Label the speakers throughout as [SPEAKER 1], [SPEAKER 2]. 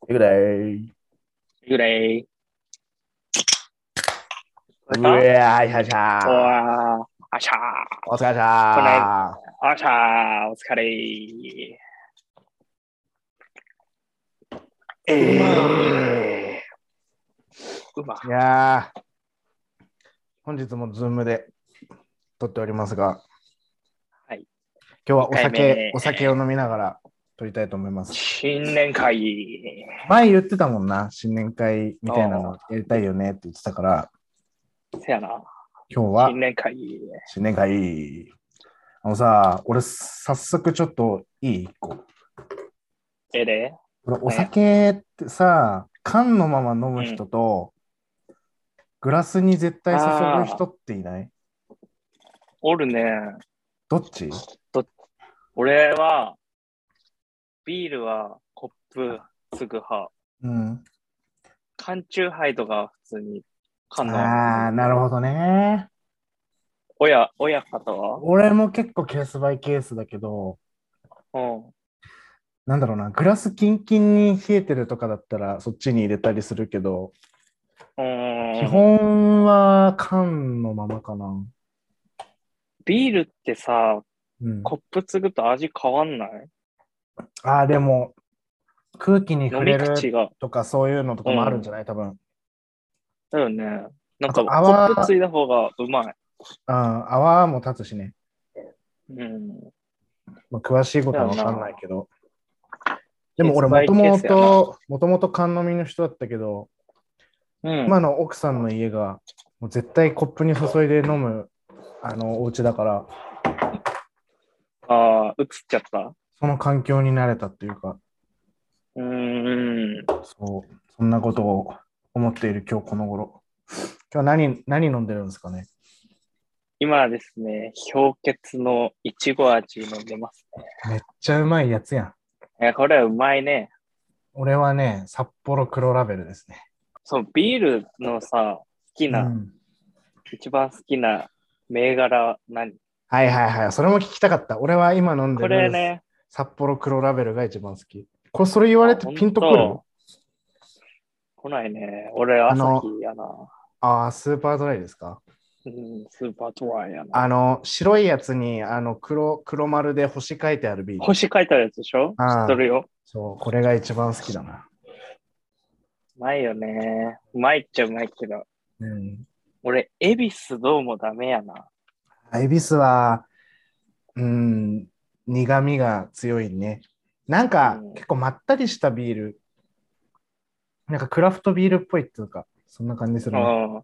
[SPEAKER 1] 行くで
[SPEAKER 2] ぐらい。
[SPEAKER 1] ー。うえーい、はしゃ
[SPEAKER 2] お
[SPEAKER 1] ー。
[SPEAKER 2] わあしゃ
[SPEAKER 1] お疲れさ
[SPEAKER 2] ー、あしゃー、お疲れ。
[SPEAKER 1] ー。え
[SPEAKER 2] うま
[SPEAKER 1] ー、いやー、本日もズームで撮っておりますが、
[SPEAKER 2] はい、
[SPEAKER 1] 今日はお
[SPEAKER 2] 一回
[SPEAKER 1] 酒
[SPEAKER 2] 目
[SPEAKER 1] お酒を飲みながら撮りたいと思います。
[SPEAKER 2] 新年会。
[SPEAKER 1] 前言ってたもんな、新年会みたいなのやりたいよねって言ってたから、
[SPEAKER 2] せやな。
[SPEAKER 1] 今日は
[SPEAKER 2] 新年会。
[SPEAKER 1] 新年会。あのさ、俺、早速ちょっといい一個。
[SPEAKER 2] ええで。
[SPEAKER 1] これお酒ってさ、缶のまま飲む人と、グラスに絶対注ぐ人っていない
[SPEAKER 2] おるね。
[SPEAKER 1] どっち
[SPEAKER 2] 俺は、ビールはコップすぐ派。
[SPEAKER 1] うん。
[SPEAKER 2] 缶チューハイとか普通に缶の。
[SPEAKER 1] ああ、なるほどね。
[SPEAKER 2] 親、親方は
[SPEAKER 1] 俺も結構ケースバイケースだけど、
[SPEAKER 2] うん。
[SPEAKER 1] なんだろうな、グラスキンキンに冷えてるとかだったらそっちに入れたりするけど、
[SPEAKER 2] うん。
[SPEAKER 1] 基本は缶のままかな。
[SPEAKER 2] ビールってさ、
[SPEAKER 1] うん、
[SPEAKER 2] コップ継ぐと味変わんない
[SPEAKER 1] ああ、でも、空気に
[SPEAKER 2] 飲
[SPEAKER 1] 触
[SPEAKER 2] み
[SPEAKER 1] れ
[SPEAKER 2] 口
[SPEAKER 1] る
[SPEAKER 2] が。
[SPEAKER 1] とかそういうのとかもあるんじゃない、多分。
[SPEAKER 2] だよね。なん
[SPEAKER 1] あ
[SPEAKER 2] か、
[SPEAKER 1] と
[SPEAKER 2] コ
[SPEAKER 1] 泡
[SPEAKER 2] ップついた方がうまい。
[SPEAKER 1] うん、泡も立つしね。
[SPEAKER 2] うん。
[SPEAKER 1] まあ、詳しいことは分かんないけど。でも俺も
[SPEAKER 2] ケー
[SPEAKER 1] と
[SPEAKER 2] スバイケー
[SPEAKER 1] も
[SPEAKER 2] スやな
[SPEAKER 1] と、もともと缶飲みの人だったけど、
[SPEAKER 2] うん。
[SPEAKER 1] 今の奥さんの家が、もう絶対コップに注いで飲む、あの、お家だから、
[SPEAKER 2] ああ、映っちゃった。
[SPEAKER 1] その環境に慣れたっていうか、
[SPEAKER 2] うーん。
[SPEAKER 1] そう、そんなことを思っている今日この頃。今日何、何飲んでるんですかね
[SPEAKER 2] 今はですね、氷結のいちご味飲んでますね。
[SPEAKER 1] めっちゃうまいやつやん。
[SPEAKER 2] いや、これはうまいね。
[SPEAKER 1] 俺はね、札幌黒ラベルですね。
[SPEAKER 2] そう、ビールのさ、好きな、
[SPEAKER 1] うん
[SPEAKER 2] 一番好きな銘柄何
[SPEAKER 1] はいはいはい、それも聞きたかった。俺は今飲んで
[SPEAKER 2] こ
[SPEAKER 1] る。
[SPEAKER 2] れね、
[SPEAKER 1] 札幌黒ラベルが一番好き。これ、それ言われてピンとくる
[SPEAKER 2] 本当来ないね。俺、アサヒやな。
[SPEAKER 1] ああ、スーパードライですか
[SPEAKER 2] うん、スーパードライやな。
[SPEAKER 1] あの、白いやつに、あの、黒、黒丸で星書いてあるビール。
[SPEAKER 2] 星書いてあるやつでしょ知
[SPEAKER 1] ああ
[SPEAKER 2] っとるよ。
[SPEAKER 1] そう、これが一番好きだな。
[SPEAKER 2] うまいよね。うまいっちゃうまいけど。
[SPEAKER 1] うん。
[SPEAKER 2] 俺、恵比寿どうもダメやな。
[SPEAKER 1] エビスは、うん、苦味が強いね。なんか、
[SPEAKER 2] うん
[SPEAKER 1] 結構まったりしたビール。なんかクラフトビールっぽいっていうか、そんな感じするね、
[SPEAKER 2] うん。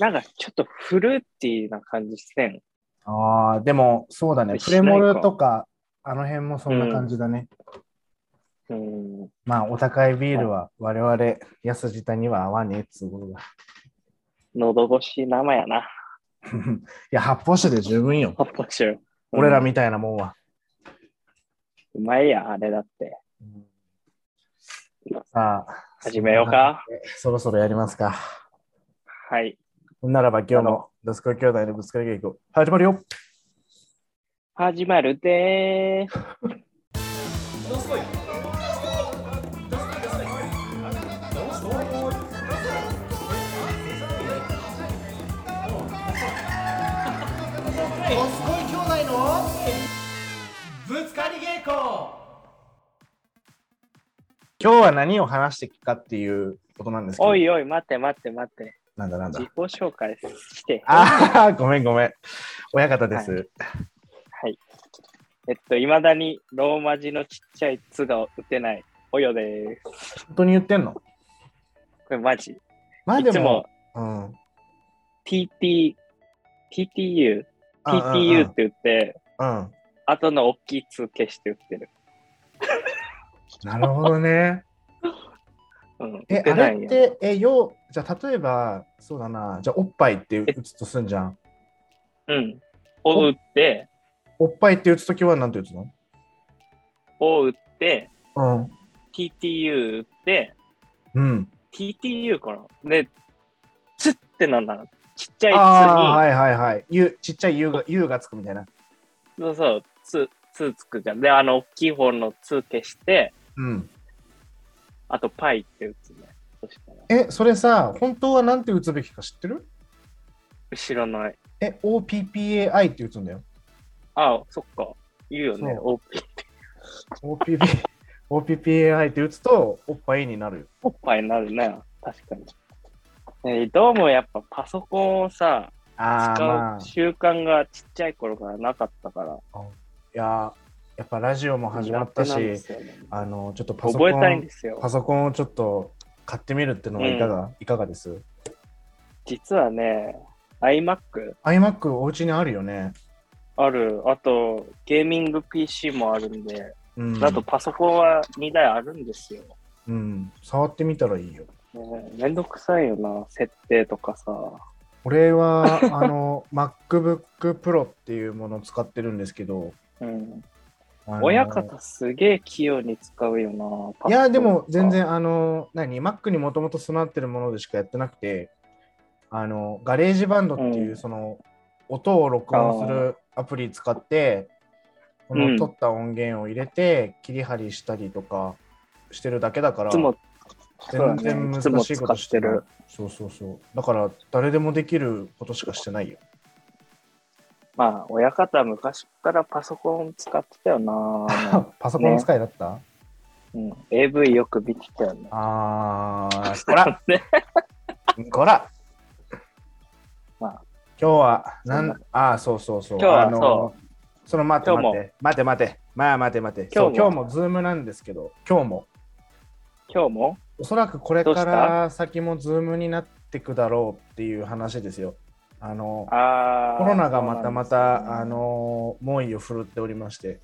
[SPEAKER 2] なんかちょっとフルーティーな感じしてん。
[SPEAKER 1] ああ、でも、そうだね。
[SPEAKER 2] し
[SPEAKER 1] プ
[SPEAKER 2] ない
[SPEAKER 1] レ
[SPEAKER 2] か
[SPEAKER 1] モルとか、あの辺もそんな感じだね。
[SPEAKER 2] うん。
[SPEAKER 1] まあ、お高いビールは我々、安舌には合わねえっつうことだ。
[SPEAKER 2] 喉越し生やな。
[SPEAKER 1] いや、発泡酒で十分よ。
[SPEAKER 2] 発泡酒。うん
[SPEAKER 1] 俺ら。みたいなもんは。
[SPEAKER 2] うまいや、あれだって。
[SPEAKER 1] さあ、
[SPEAKER 2] 始めようか。
[SPEAKER 1] そろそろやりますか。
[SPEAKER 2] はい。
[SPEAKER 1] ならば今日のドスコイ兄弟のぶつかり稽古、始まるよ。
[SPEAKER 2] 始まるでーす。
[SPEAKER 1] 今日は何を話していくかっていうことなんですけど。
[SPEAKER 2] おいおい、待って待って待って。
[SPEAKER 1] なんだなんだ
[SPEAKER 2] 自己。紹介して。
[SPEAKER 1] ああ、 ごめんごめん。親方です。
[SPEAKER 2] はえっと、いまだにローマ字のちっちゃい「つ」が打てない。およでーす。
[SPEAKER 1] 本当に言ってんの
[SPEAKER 2] これマジ。
[SPEAKER 1] まあ
[SPEAKER 2] い
[SPEAKER 1] で
[SPEAKER 2] つも
[SPEAKER 1] も、うん。
[SPEAKER 2] TT、TTU、TTU って言って、
[SPEAKER 1] うん。うん。
[SPEAKER 2] 後の大きい「つ」消して打ってる。
[SPEAKER 1] なるほどね。
[SPEAKER 2] うん、
[SPEAKER 1] え、
[SPEAKER 2] 打て
[SPEAKER 1] あ
[SPEAKER 2] ない
[SPEAKER 1] れ
[SPEAKER 2] ん
[SPEAKER 1] っ
[SPEAKER 2] や。
[SPEAKER 1] て、え、よう、じゃあ例えば、そうだな、じゃあおっぱいって打つとすんじゃん。
[SPEAKER 2] うん。を打って、
[SPEAKER 1] おっぱいって打つときは何て打つの
[SPEAKER 2] を打って、
[SPEAKER 1] うん。
[SPEAKER 2] TTU 打って、
[SPEAKER 1] うん。
[SPEAKER 2] TTU かなで、つってなんだろう。ちっちゃ
[SPEAKER 1] ああ、
[SPEAKER 2] い
[SPEAKER 1] はいはいはい。ゆちっちゃい U が U がつくみたいな。
[SPEAKER 2] つに、そうそう、つ、つつくじゃん。で、あの、大きい方のつ消して、
[SPEAKER 1] うん。
[SPEAKER 2] あと、パイって打つね。そしたら
[SPEAKER 1] え、それさ、本当はなんて打つべきか知ってる
[SPEAKER 2] 後ろの、
[SPEAKER 1] え、OPPAI って打つんだよ。
[SPEAKER 2] ああ、そっか。言うよね。
[SPEAKER 1] そ
[SPEAKER 2] OP
[SPEAKER 1] OPP OPPAI って打つと、おっぱいになるよ。
[SPEAKER 2] おっぱいになるね。確かに。ねどうもやっぱパソコンをさ、
[SPEAKER 1] ああ、ま
[SPEAKER 2] 使
[SPEAKER 1] あ
[SPEAKER 2] う、習慣がちっちゃい頃からなかったから。
[SPEAKER 1] いや、やっぱラジオも始まった
[SPEAKER 2] 苦手なんで
[SPEAKER 1] し、
[SPEAKER 2] すよね
[SPEAKER 1] あの、ちょっとパソコ
[SPEAKER 2] 覚えたい
[SPEAKER 1] ン、
[SPEAKER 2] んですよ
[SPEAKER 1] パ。ソコンをちょっと買ってみるってのはいかが、いかがです
[SPEAKER 2] 実はね、iMac
[SPEAKER 1] ?iMac お家にあるよね。
[SPEAKER 2] ある。あと、ゲーミング PC もあるんで、
[SPEAKER 1] うん。
[SPEAKER 2] あとパソコンは2台あるんですよ。
[SPEAKER 1] うん、触ってみたらいいよ。
[SPEAKER 2] ねめんどくさいよな、設定とかさ。
[SPEAKER 1] 俺 はあの MacBook Pro っていうものを使ってるんですけど、
[SPEAKER 2] うん。
[SPEAKER 1] あの
[SPEAKER 2] 親方すげえ器用に使うよな。パソコ
[SPEAKER 1] い
[SPEAKER 2] ン
[SPEAKER 1] やでも全。然あの何 Mac にもともと備わってるものでしかやってなくてあのガレージバンドっていううんその音を録音するアプリ使ってこ
[SPEAKER 2] う
[SPEAKER 1] の
[SPEAKER 2] ん
[SPEAKER 1] 取った音源を入れて切り張りしたりとかしてるだけだから
[SPEAKER 2] いつも、
[SPEAKER 1] 全然
[SPEAKER 2] そうだね
[SPEAKER 1] 難
[SPEAKER 2] い
[SPEAKER 1] しい
[SPEAKER 2] つ
[SPEAKER 1] こ
[SPEAKER 2] も使
[SPEAKER 1] と
[SPEAKER 2] っ
[SPEAKER 1] して
[SPEAKER 2] て
[SPEAKER 1] る
[SPEAKER 2] る。
[SPEAKER 1] そうそうそうだから誰でもできることしかしてないよ
[SPEAKER 2] まあ、親方は昔からパソコン使ってた よな。
[SPEAKER 1] パソコン使いだった、
[SPEAKER 2] うん、AV よく見てたよね。
[SPEAKER 1] あー、
[SPEAKER 2] ほら ね。
[SPEAKER 1] こら
[SPEAKER 2] まあ
[SPEAKER 1] 今日は、なん
[SPEAKER 2] そん
[SPEAKER 1] あー、そうそうそう。
[SPEAKER 2] 今日は
[SPEAKER 1] あの
[SPEAKER 2] そ
[SPEAKER 1] その待って
[SPEAKER 2] 今日
[SPEAKER 1] 待っ
[SPEAKER 2] も
[SPEAKER 1] て、待て待て、まあ待て待て。
[SPEAKER 2] 今日
[SPEAKER 1] そ
[SPEAKER 2] も
[SPEAKER 1] う今日もズームなんですけど、今日も。
[SPEAKER 2] 今日も
[SPEAKER 1] おそらくこれか
[SPEAKER 2] どうし
[SPEAKER 1] ら先もズームになってくだろうっていう話ですよ。あの、
[SPEAKER 2] あー
[SPEAKER 1] コロナがまたまた、
[SPEAKER 2] そうなんですね
[SPEAKER 1] あの、猛威を振るっておりまして、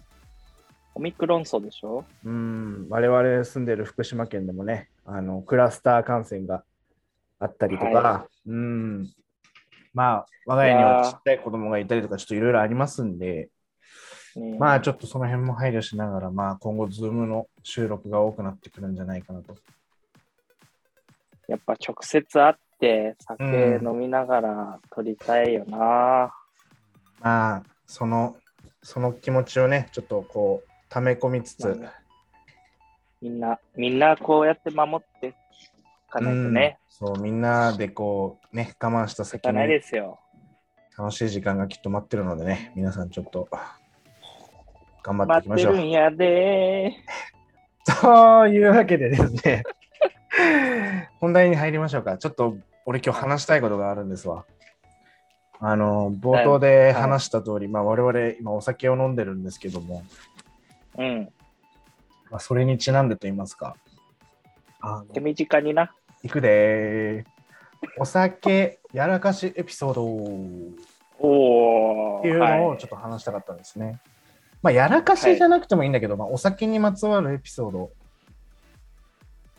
[SPEAKER 2] オミクロン層でしょ
[SPEAKER 1] うん、我々住んでる福島県でもね、あのクラスター感染があったりとか、
[SPEAKER 2] は
[SPEAKER 1] うん、まあ、我が家にはちっちゃい子供がいたりとか、ちょっといろいろありますんで、
[SPEAKER 2] ね
[SPEAKER 1] まあ、ちょっとその辺も配慮しながら、まあ、今後、ズームの収録が多くなってくるんじゃないかなと。
[SPEAKER 2] やっぱ直接会って酒
[SPEAKER 1] うん
[SPEAKER 2] 飲みながら撮りたいよな。
[SPEAKER 1] まあ、その、その気持ちをね、ちょっとこう、溜め込みつつ、
[SPEAKER 2] まあねみんな、みんなこうやって守っていかないとね。
[SPEAKER 1] うんそう、みんなでこう、ね、我慢した
[SPEAKER 2] い
[SPEAKER 1] 先
[SPEAKER 2] かない
[SPEAKER 1] に
[SPEAKER 2] ですよ。
[SPEAKER 1] 楽しい時間がきっと待ってるのでね、皆さんちょっと、頑張っていき
[SPEAKER 2] 待っ
[SPEAKER 1] ま
[SPEAKER 2] て
[SPEAKER 1] しょう
[SPEAKER 2] る。んやで
[SPEAKER 1] というわけでですね、本題に入りましょうか。ちょっと俺今日話したいことがあるんですわ。あの、冒頭で話した通り、まあ我々今お酒を飲んでるんですけども、
[SPEAKER 2] ー。うん。
[SPEAKER 1] まあ、それにちなんでと言いますか。あ
[SPEAKER 2] 手
[SPEAKER 1] の
[SPEAKER 2] 短にな。
[SPEAKER 1] いくでー。お酒やらかしエピソード。
[SPEAKER 2] おお。
[SPEAKER 1] っていうのをちょっと話したかったんですね。まあ、やらかしじゃなくてもいいんだけど、まあ、お酒にまつわるエピソード。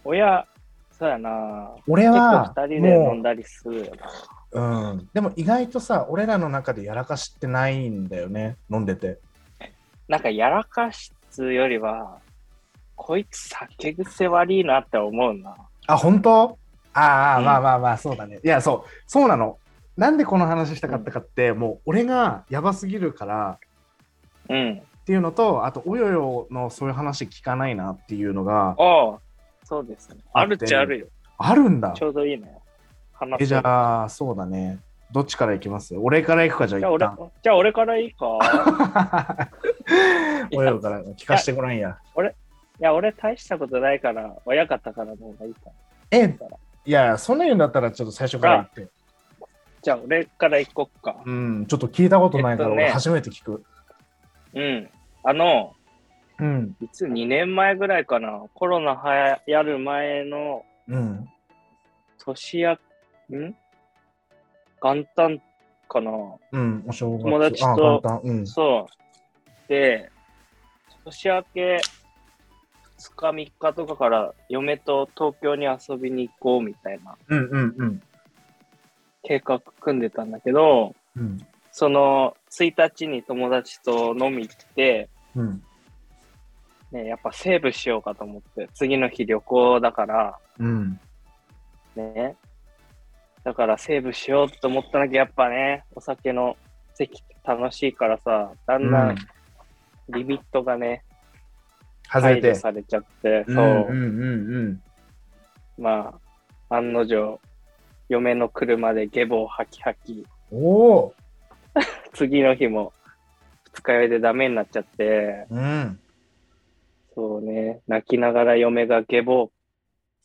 [SPEAKER 2] 親、そうやな。
[SPEAKER 1] 俺
[SPEAKER 2] 結
[SPEAKER 1] は
[SPEAKER 2] 構、二人で
[SPEAKER 1] も
[SPEAKER 2] 飲
[SPEAKER 1] うん
[SPEAKER 2] だりするよな。
[SPEAKER 1] うん、でも意外とさ、俺らの中でやらかしってないんだよね、飲んでて。
[SPEAKER 2] なんかやらかしつよりは、こいつ酒癖悪いなって思うな。
[SPEAKER 1] あ、本当ああ、
[SPEAKER 2] うん
[SPEAKER 1] まあまあまあ、そうだね。いや、そう、そうなの。なんでこの話したかったかって、もう俺がやばすぎるから
[SPEAKER 2] うん。
[SPEAKER 1] っていうのと、あと、およよのそういう話聞かないなっていうのが
[SPEAKER 2] ああ、そうですね。
[SPEAKER 1] あ
[SPEAKER 2] あ
[SPEAKER 1] って
[SPEAKER 2] るっちゃあるよ。
[SPEAKER 1] あるんだ
[SPEAKER 2] ち。ょうどいいね。話
[SPEAKER 1] え、
[SPEAKER 2] せ
[SPEAKER 1] じ
[SPEAKER 2] る
[SPEAKER 1] ゃあ、そうだね。どっちから行きます俺から行くか、じゃあ
[SPEAKER 2] じゃあ
[SPEAKER 1] 一
[SPEAKER 2] 俺
[SPEAKER 1] 旦。
[SPEAKER 2] じゃあ俺からいいか。
[SPEAKER 1] およよから聞かしてごらんや。
[SPEAKER 2] いや、俺大したことないから、親方からの方がいいかな。
[SPEAKER 1] え、いや、そんな言うんだったらちょっと最初から言って。
[SPEAKER 2] じゃあ俺から行こっか。
[SPEAKER 1] うん、ちょっと聞いたことないから、
[SPEAKER 2] えっとね
[SPEAKER 1] 俺初めて聞く。
[SPEAKER 2] うん。あの、
[SPEAKER 1] うん。
[SPEAKER 2] いつ2年前ぐらいかな。コロナはやる前の
[SPEAKER 1] うん。
[SPEAKER 2] 年や、ん元旦かな。
[SPEAKER 1] うん。お正月。
[SPEAKER 2] 友達と
[SPEAKER 1] あ簡単。うん。
[SPEAKER 2] そう。で、年明け2日3日とかから嫁と東京に遊びに行こうみたいな
[SPEAKER 1] うんうんうん。
[SPEAKER 2] 計画組んでたんだけど、
[SPEAKER 1] うん。
[SPEAKER 2] その1日に友達と飲み行って、
[SPEAKER 1] うん。
[SPEAKER 2] ね、やっぱセーブしようかと思って、次の日旅行だから、
[SPEAKER 1] うん。
[SPEAKER 2] ね。だからセーブしようと思ったんだけど、やっぱね、お酒の席楽しいからさ、だん
[SPEAKER 1] う
[SPEAKER 2] だ
[SPEAKER 1] ん
[SPEAKER 2] んリミットがね、
[SPEAKER 1] 外れ
[SPEAKER 2] 解除
[SPEAKER 1] て。
[SPEAKER 2] されちゃって、
[SPEAKER 1] うん
[SPEAKER 2] そう
[SPEAKER 1] う。んうんうん。
[SPEAKER 2] まあ、案の定、嫁の車でゲボを吐き吐き、
[SPEAKER 1] おお
[SPEAKER 2] 次の日も二日酔いでダメになっちゃって、
[SPEAKER 1] うん。
[SPEAKER 2] そうね、泣きながら嫁がゲボを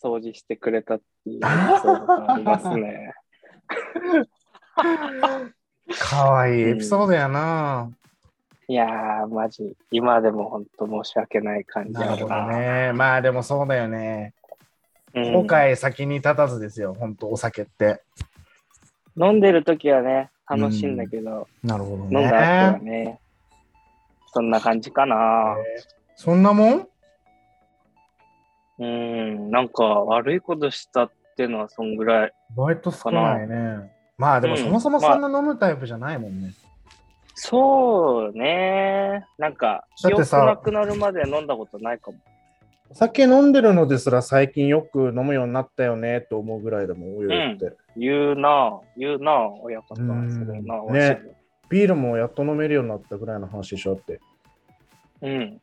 [SPEAKER 2] 掃除してくれたっていうエピソードがあります ね。
[SPEAKER 1] かわいいエピソードやな、
[SPEAKER 2] いやー、マジ、今でも本当申し訳ない感じ
[SPEAKER 1] な
[SPEAKER 2] あ
[SPEAKER 1] るほ
[SPEAKER 2] る
[SPEAKER 1] ど
[SPEAKER 2] な。
[SPEAKER 1] ね。まあでもそうだよね。
[SPEAKER 2] うん
[SPEAKER 1] 後悔先に立たずですよ、ほんとお酒って。
[SPEAKER 2] 飲んでる時はね、楽しいんだけど、
[SPEAKER 1] なるほど
[SPEAKER 2] 飲んだ後は
[SPEAKER 1] ね。
[SPEAKER 2] ね、そんな感じかな。
[SPEAKER 1] そんなもん
[SPEAKER 2] うん、なんか悪いことしたっていうのはそんぐらい。
[SPEAKER 1] バイト少ないね。まあでもそもそも
[SPEAKER 2] うんまあ
[SPEAKER 1] そんな飲むタイプじゃないもんね。
[SPEAKER 2] そうね。なんか、
[SPEAKER 1] だっ
[SPEAKER 2] 記
[SPEAKER 1] て
[SPEAKER 2] 憶
[SPEAKER 1] さ
[SPEAKER 2] なくなるまで飲んだことないかも。
[SPEAKER 1] お酒飲んでるのですら最近よく飲むようになったよねと思うぐらいだもん、お湯って。
[SPEAKER 2] 言うな言うな親方。そうれ
[SPEAKER 1] ん
[SPEAKER 2] な
[SPEAKER 1] ね
[SPEAKER 2] わしも
[SPEAKER 1] ビールもやっと飲めるようになったぐらいの話でしょって。
[SPEAKER 2] うん。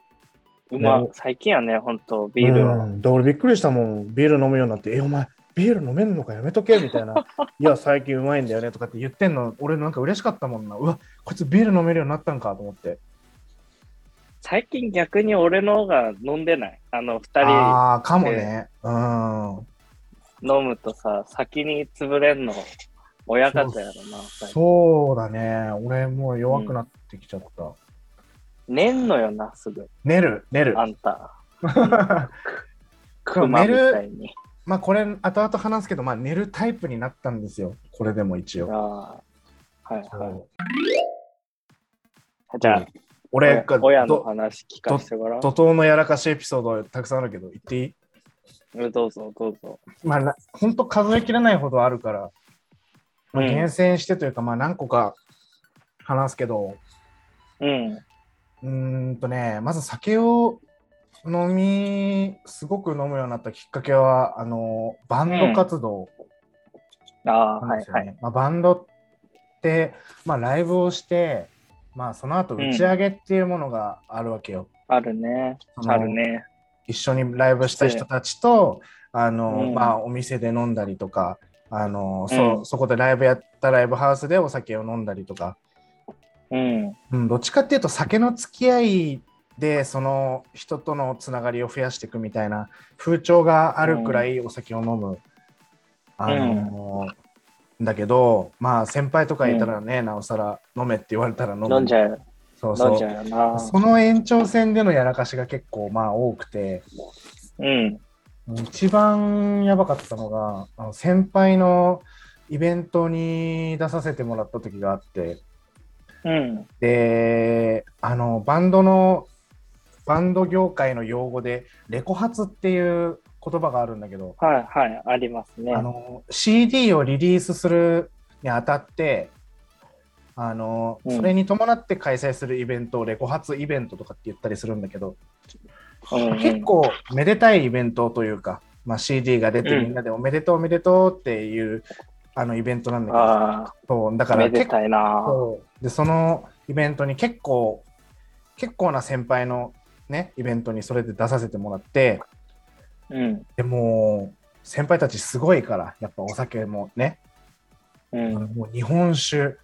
[SPEAKER 2] うま、
[SPEAKER 1] ね
[SPEAKER 2] 最近やね、ほんと、ビールは。
[SPEAKER 1] うん、だから俺びっくりしたもん。ビール飲むようになって、え、お前、ビール飲めんのかやめとけみたい な。いや、最近うまいんだよねとかって言ってんの、俺なんか嬉しかったもんな。うわ、こいつビール飲めるようになったんかと思って。
[SPEAKER 2] 最近逆に俺の方が飲んでない。あの、二
[SPEAKER 1] ああ、かもね。うん。
[SPEAKER 2] 人飲むとさ、先に潰れんの、親方やろな。最近
[SPEAKER 1] そうだね。俺もう弱くなってきちゃった。
[SPEAKER 2] 寝んのよな、すぐ。
[SPEAKER 1] 寝る、寝る。
[SPEAKER 2] あ んた。
[SPEAKER 1] も
[SPEAKER 2] 熊
[SPEAKER 1] 寝
[SPEAKER 2] み
[SPEAKER 1] る
[SPEAKER 2] たいに。
[SPEAKER 1] まあこれ、後々話すけど、まあ寝るタイプになったんですよ。これでも一
[SPEAKER 2] あ
[SPEAKER 1] 応。
[SPEAKER 2] あ。はいはい。じ
[SPEAKER 1] じ
[SPEAKER 2] ゃあ、、
[SPEAKER 1] 俺が
[SPEAKER 2] 親の
[SPEAKER 1] ど
[SPEAKER 2] 話聞かせてごらん。
[SPEAKER 1] 怒涛のやらかしエピソードたくさんあるけど、言っていい
[SPEAKER 2] うんどうぞ、どうぞ。
[SPEAKER 1] まあな、本当数えきれないほどあるから、まあ、
[SPEAKER 2] うん
[SPEAKER 1] 厳選してというか、まあ何個か話すけど、
[SPEAKER 2] うん。
[SPEAKER 1] うーんとね、まず酒を飲み、すごく飲むようになったきっかけは、あの、バンド活動
[SPEAKER 2] ああ、
[SPEAKER 1] なん
[SPEAKER 2] は
[SPEAKER 1] で
[SPEAKER 2] い
[SPEAKER 1] すよね。
[SPEAKER 2] はい。
[SPEAKER 1] まあ、バンドって、まあライブをして、まあその後打ち上げっていうものがあるわけよ。
[SPEAKER 2] あるね。
[SPEAKER 1] その
[SPEAKER 2] あるね。
[SPEAKER 1] 一緒にライブした人たちと、あの、
[SPEAKER 2] うん
[SPEAKER 1] まあ、お店で飲んだりとか、あの、そうう、
[SPEAKER 2] ん
[SPEAKER 1] そこでライブやったライブハウスでお酒を飲んだりとか、
[SPEAKER 2] うん。
[SPEAKER 1] うん、どっちかっていうと酒の付き合いで、その人とのつながりを増やしていくみたいな風潮があるくらいお酒を飲む、あの、だけど、まあ、先輩とかいたらね、なおさら飲めって言われたら飲む。
[SPEAKER 2] 飲んじゃう。
[SPEAKER 1] そう
[SPEAKER 2] 飲
[SPEAKER 1] そ
[SPEAKER 2] んじ
[SPEAKER 1] う。
[SPEAKER 2] ゃうよな。
[SPEAKER 1] その延長線でのやらかしが結構まあ多くて、
[SPEAKER 2] うん。
[SPEAKER 1] 一番やばかったのが、あの先輩のイベントに出させてもらった時があって、
[SPEAKER 2] うん。
[SPEAKER 1] で、あの、バンドの、バンド業界の用語で、レコ発っていう言葉があるんだけど、
[SPEAKER 2] はいはい。ありますね。
[SPEAKER 1] あの、CD をリリースするにあたって、あの、
[SPEAKER 2] うん
[SPEAKER 1] それに伴って開催するイベントをレコ発イベントとかって言ったりするんだけど、
[SPEAKER 2] うんうん
[SPEAKER 1] 結。構めでたいイベントというか、まあ、CD が出て
[SPEAKER 2] うん
[SPEAKER 1] みんなでおめでとうおめでとうっていう、あのイベントなんだけど
[SPEAKER 2] あ
[SPEAKER 1] そうだ
[SPEAKER 2] あ、
[SPEAKER 1] から
[SPEAKER 2] めで
[SPEAKER 1] 結構
[SPEAKER 2] たいな。
[SPEAKER 1] そうでそのイベントに結構結構な先輩のねイベントにそれで出させてもらって
[SPEAKER 2] うん。
[SPEAKER 1] でもう先輩たちすごいからやっぱお酒もね、
[SPEAKER 2] うん。
[SPEAKER 1] もう日本酒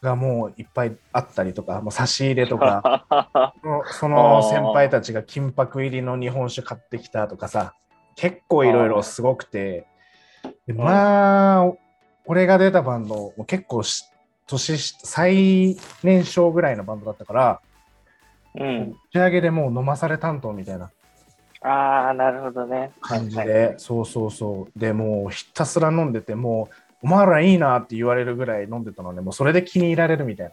[SPEAKER 1] がもういっぱいあったりとかもう差し入れとかそのその先輩たちが金箔入りの日本酒買ってきたとかさ結構いろいろすごくてでまあ、俺が出たバンドも結構し年し最年少ぐらいのバンドだったから
[SPEAKER 2] うん。
[SPEAKER 1] 打ち上げでもう飲まされ担当みたいな
[SPEAKER 2] ああ、なるほどね。
[SPEAKER 1] 感じで、
[SPEAKER 2] はい
[SPEAKER 1] そうそうそうでもうひたすら飲んでてもうお前らいいなって言われるぐらい飲んでたのでもうそれで気に入られるみたい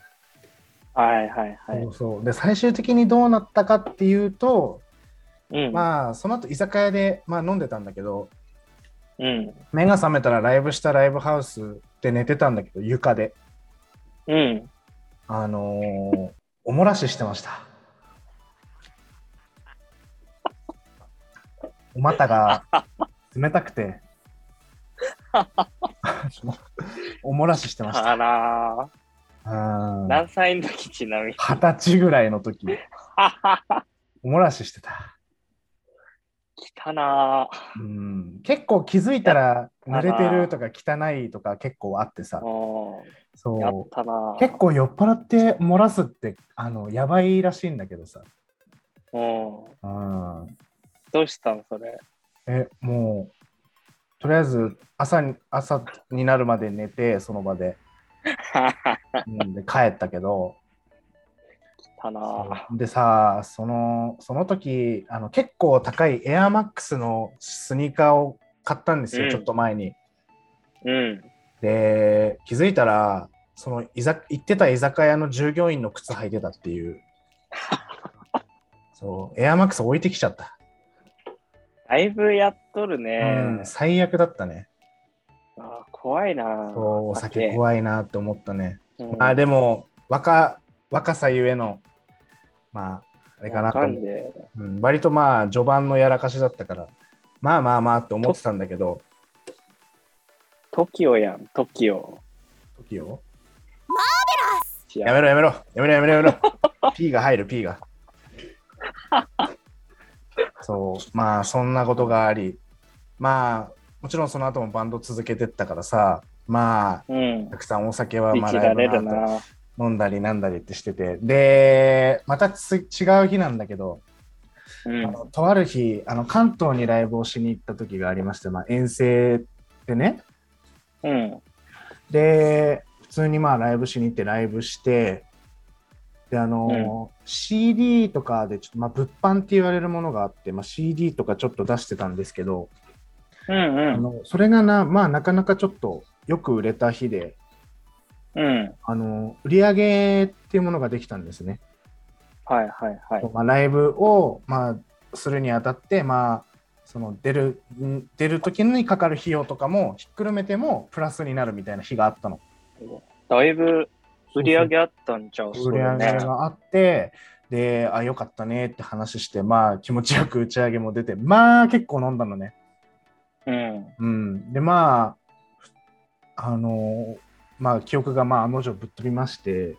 [SPEAKER 1] な。
[SPEAKER 2] はいはいはい
[SPEAKER 1] そう。そうで最終的にどうなったかっていうと、
[SPEAKER 2] うん。
[SPEAKER 1] まあその後居酒屋で、まあ、飲んでたんだけど
[SPEAKER 2] うん。
[SPEAKER 1] 目が覚めたらライブしたライブハウスで寝てたんだけど床で
[SPEAKER 2] うん。
[SPEAKER 1] あの ーおもらししてましたお股が冷たくて おもらししてま した
[SPEAKER 2] あら
[SPEAKER 1] うん
[SPEAKER 2] ー。何歳の時ちなみに。
[SPEAKER 1] 二十歳ぐらいの時おもらししてた
[SPEAKER 2] 汚たなぁ。
[SPEAKER 1] うん、結構気づいたら濡れてるとか汚いとか結構あってさ、
[SPEAKER 2] う
[SPEAKER 1] そ
[SPEAKER 2] んや
[SPEAKER 1] う
[SPEAKER 2] ったなぁ。
[SPEAKER 1] 結構酔っ払って漏らすってあのやばいらしいんだけどさ、
[SPEAKER 2] 構。うん。
[SPEAKER 1] うん、
[SPEAKER 2] どうしたんそれ。
[SPEAKER 1] えもうとりあえず朝に朝になるまで寝てその場 で,、うん、で帰ったけど
[SPEAKER 2] たなぁ。
[SPEAKER 1] でさそのその時あの結構高いエアマックスのスニーカーを買ったんですよ、
[SPEAKER 2] うん
[SPEAKER 1] ちょっと前に。
[SPEAKER 2] うん。
[SPEAKER 1] で気づいたらその居酒行ってた居酒屋の従業員の靴履いてたっていう そうエアマックス置いてきちゃった、
[SPEAKER 2] だいぶやっとるね
[SPEAKER 1] うん。最悪だったね
[SPEAKER 2] あー怖いなぁ。
[SPEAKER 1] そうお酒怖いなって思ったね、
[SPEAKER 2] い
[SPEAKER 1] まあでも若若さゆえのまああれかなと
[SPEAKER 2] かんで。
[SPEAKER 1] うん、割とまあ序盤のやらかしだったからまあまあまあって思ってたんだけど
[SPEAKER 2] TOKIO やん、TOKIO。
[SPEAKER 1] 時を
[SPEAKER 2] 違う
[SPEAKER 1] やめろやめろやめろやめろやめ ろ P が入る P がそうまあそんなことがありまあもちろんその後もバンド続けてったからさまあ
[SPEAKER 2] うん
[SPEAKER 1] た。くさんお酒は
[SPEAKER 2] 生
[SPEAKER 1] まあ
[SPEAKER 2] きられ
[SPEAKER 1] ライ
[SPEAKER 2] る
[SPEAKER 1] ブの後
[SPEAKER 2] な。
[SPEAKER 1] 飲んだりなんだりってしててでまたつ違う日なんだけど、
[SPEAKER 2] うん
[SPEAKER 1] あ。のとある日あの関東にライブをしに行った時がありまして、まあ、遠征でね
[SPEAKER 2] うん。
[SPEAKER 1] で普通にまあライブしに行ってライブしてであの、CD とかでちょっとまあ物販って言われるものがあって、まあ、CD とかちょっと出してたんですけど、
[SPEAKER 2] うん
[SPEAKER 1] あ
[SPEAKER 2] うん。
[SPEAKER 1] のそれがなまあなかなかちょっとよく売れた日で
[SPEAKER 2] うん。
[SPEAKER 1] あの売り上げっていうものができたんですね、
[SPEAKER 2] はいはいはい。
[SPEAKER 1] まあ、ライブをまあするにあたってまあその出るん出る時にかかる費用とかもひっくるめてもプラスになるみたいな日があったの。
[SPEAKER 2] だいぶ売り上げあったんちゃう
[SPEAKER 1] 売り上げがあって、で、あ、よかったねって話して、まあ気持ちよく打ち上げも出て、まあ結構飲んだのね。
[SPEAKER 2] それね
[SPEAKER 1] うん。で、まあ、あの、まあ記憶がまああの女ぶっ飛びまして、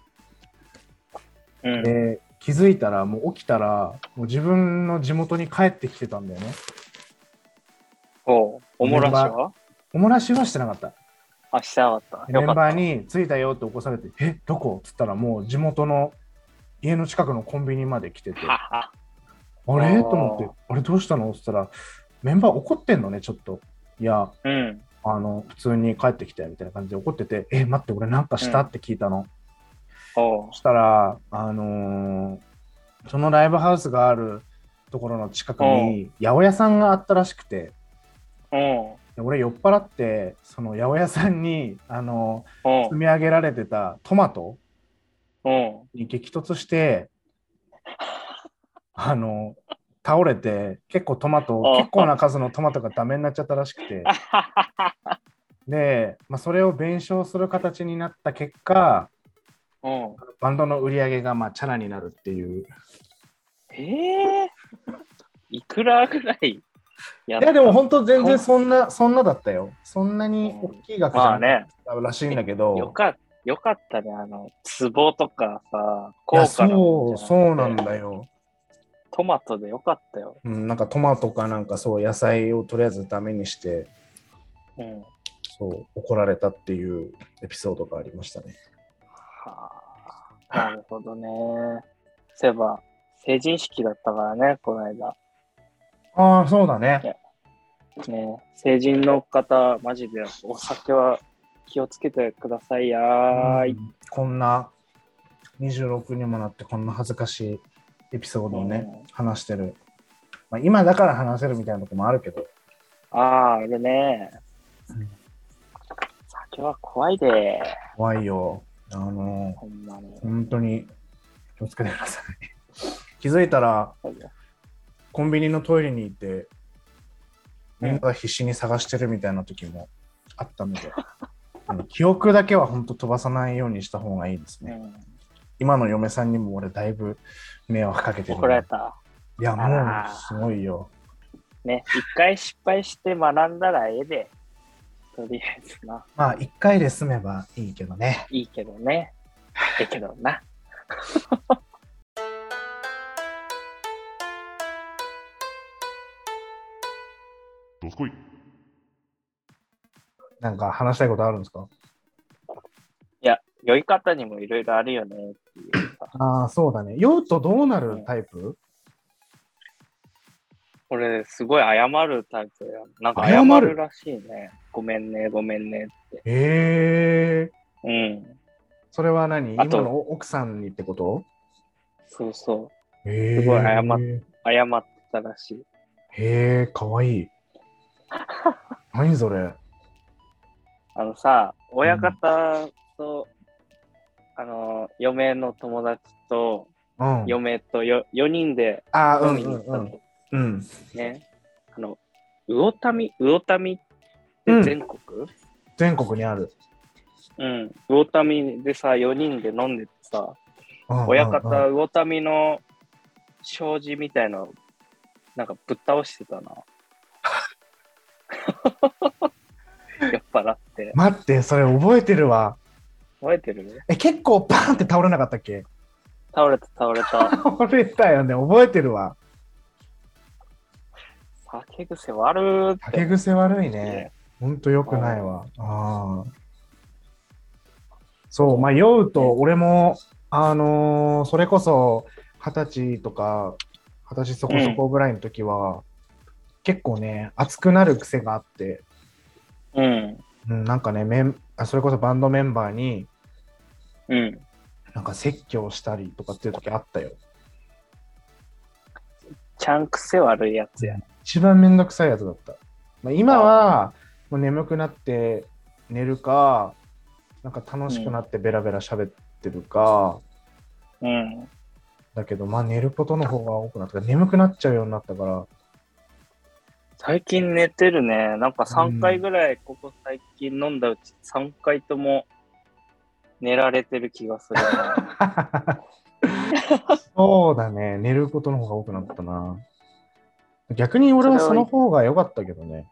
[SPEAKER 2] うん。うん。
[SPEAKER 1] で、気づいたら、もう起きたら、もう自分の地元に帰ってきてたんだよね。
[SPEAKER 2] そう。おもらしは
[SPEAKER 1] おもらしはしてなかった。
[SPEAKER 2] あ、してなかった。
[SPEAKER 1] メン
[SPEAKER 2] よか
[SPEAKER 1] バ
[SPEAKER 2] っ
[SPEAKER 1] ーに着いたよって起こされて、え、どこっつったらもう地元の家の近くのコンビニまで来てて
[SPEAKER 2] た。。はは
[SPEAKER 1] あ
[SPEAKER 2] あ
[SPEAKER 1] れ
[SPEAKER 2] ー
[SPEAKER 1] と思って、あれどうしたのって言ったら、メンバー怒ってんのね、ちょっと。いや、
[SPEAKER 2] うん。
[SPEAKER 1] あの、普通に帰ってきたよみたいな感じで怒ってて、え、待って、俺なんかした
[SPEAKER 2] うん
[SPEAKER 1] って聞いたの。
[SPEAKER 2] おう
[SPEAKER 1] そしたら、あのーそのライブハウスがあるところの近くに、八百屋さんがあったらしくて、
[SPEAKER 2] おう
[SPEAKER 1] で俺酔っ払って、その八百屋さんに、あの
[SPEAKER 2] お
[SPEAKER 1] 積
[SPEAKER 2] う
[SPEAKER 1] み上げられてたトマト
[SPEAKER 2] おう
[SPEAKER 1] に激突して、あの倒れて結構トマト
[SPEAKER 2] あ
[SPEAKER 1] 結構な数のトマトがダメになっちゃったらしくて
[SPEAKER 2] あははは
[SPEAKER 1] で、まあ、それを弁償する形になった結果
[SPEAKER 2] おう
[SPEAKER 1] バンドの売り上げがまあチャラになるっていう
[SPEAKER 2] ええいくらぐらいやっ
[SPEAKER 1] いやでも本当全然そんなそんなだったよそんなに大きい額じ
[SPEAKER 2] ま
[SPEAKER 1] ゃ
[SPEAKER 2] あ
[SPEAKER 1] なか
[SPEAKER 2] ね、
[SPEAKER 1] ったらしいんだけ
[SPEAKER 2] よ
[SPEAKER 1] ど、
[SPEAKER 2] かった。よかったね、あの、壺とかさ、
[SPEAKER 1] いや
[SPEAKER 2] 高価な
[SPEAKER 1] そう
[SPEAKER 2] もんじゃくて
[SPEAKER 1] そうなんだよ、
[SPEAKER 2] トマトでよかったよ。
[SPEAKER 1] うん、なんかトマトかなんかそう野菜をとりあえずダメにして
[SPEAKER 2] うん。は
[SPEAKER 1] そう怒られたっていうエピソードがありましたね
[SPEAKER 2] あ、なるほどね。そういえば、成人式だったからね、この間。
[SPEAKER 1] ああそうだね
[SPEAKER 2] ね、成人の方、マジでお酒は気をつけてくださいやーい。
[SPEAKER 1] うんこんな26にもなってこんな恥ずかしいエピソードをね、
[SPEAKER 2] うん
[SPEAKER 1] 話してる、まあ、今だから話せるみたいなとこもあるけど
[SPEAKER 2] ああ、あれね
[SPEAKER 1] うん。
[SPEAKER 2] 酒は怖いで、
[SPEAKER 1] 怖いよあの
[SPEAKER 2] ほんまに。
[SPEAKER 1] 本当に気をつけてください 気づいたらコンビニのトイレに行ってみんなが必死に探してるみたいな時もあったの で、あの記憶だけは本当飛ばさないようにした方がいいです
[SPEAKER 2] う
[SPEAKER 1] ね
[SPEAKER 2] ん、
[SPEAKER 1] 今の嫁さんにも俺だいぶ迷惑かけてる
[SPEAKER 2] 怒られた。
[SPEAKER 1] いやも
[SPEAKER 2] あー
[SPEAKER 1] うすごいよ
[SPEAKER 2] ね、一回失敗して学んだらええで、とりあえずな。
[SPEAKER 1] まあ、一回で済めばいいけどね。
[SPEAKER 2] いいけどね。ええけどな。
[SPEAKER 3] どすこい。
[SPEAKER 1] なんか話したいことあるんですか
[SPEAKER 2] 酔い方にもいろいろあるよねっていうさ。
[SPEAKER 1] ああ、そうだね。酔うとどうなるタイプ
[SPEAKER 2] 俺、すごい謝るタイプや。なんか謝
[SPEAKER 1] 謝る
[SPEAKER 2] るらしいね。ごめんね、ごめんねって。
[SPEAKER 1] ええ
[SPEAKER 2] うん。
[SPEAKER 1] それは何今
[SPEAKER 2] あと
[SPEAKER 1] の奥さんにってこと
[SPEAKER 2] そうそう。
[SPEAKER 1] ええ
[SPEAKER 2] すごい謝っ
[SPEAKER 1] へ
[SPEAKER 2] 謝ってたらしい。
[SPEAKER 1] え、かわ いい。何それ
[SPEAKER 2] あのさ、親方と、あの、嫁の友達と、
[SPEAKER 1] うん。
[SPEAKER 2] 嫁とよ4人で
[SPEAKER 1] ああ、う
[SPEAKER 2] 飲
[SPEAKER 1] ん
[SPEAKER 2] み
[SPEAKER 1] う
[SPEAKER 2] に行
[SPEAKER 1] ん
[SPEAKER 2] った
[SPEAKER 1] う
[SPEAKER 2] の
[SPEAKER 1] ん。うん。
[SPEAKER 2] ね。あの、魚民、魚民って全国
[SPEAKER 1] 全国にある。
[SPEAKER 2] うん。魚民でさ、4人で飲んでてさ、
[SPEAKER 1] うんうんうん
[SPEAKER 2] 親方、魚民の障子みたいの、なんかぶっ倒して たな。酔っ払って。
[SPEAKER 1] 待って、それ覚えてるわ。
[SPEAKER 2] 覚えてる
[SPEAKER 1] え、結構バーンって倒れなかったっけ
[SPEAKER 2] 倒れた倒れた。
[SPEAKER 1] 倒れたよね。覚えてる わ。
[SPEAKER 2] 酒癖悪ーって。
[SPEAKER 1] 酒癖悪い
[SPEAKER 2] ね
[SPEAKER 1] ね。ほんと良くないわ。ああ。そう、まあ、酔うと、俺も、あのーそれこそ、二十歳とか、二十歳そこそこぐらいの時は、結構ね、熱くなる癖があって、
[SPEAKER 2] うん。
[SPEAKER 1] うん、なんかねメンあ、それこそバンドメンバーに、
[SPEAKER 2] うん。
[SPEAKER 1] なんか説教したりとかっていう時あったよ。
[SPEAKER 2] ちゃん癖悪いやつや。
[SPEAKER 1] 一番めんどくさいやつだった。まあ、今は、もう眠くなって寝るか、なんか楽しくなってベラベラ喋ってるか、
[SPEAKER 2] うん。
[SPEAKER 1] だけど、まあ寝ることの方が多くなったから、眠くなっちゃうようになったから、
[SPEAKER 2] 最近寝てるね。なんか3回ぐらい、ここ最近飲んだうち3回とも寝られてる気が するな。
[SPEAKER 1] そうだね、寝ることの方が多くなったな。逆に俺はその方が良かったけどね。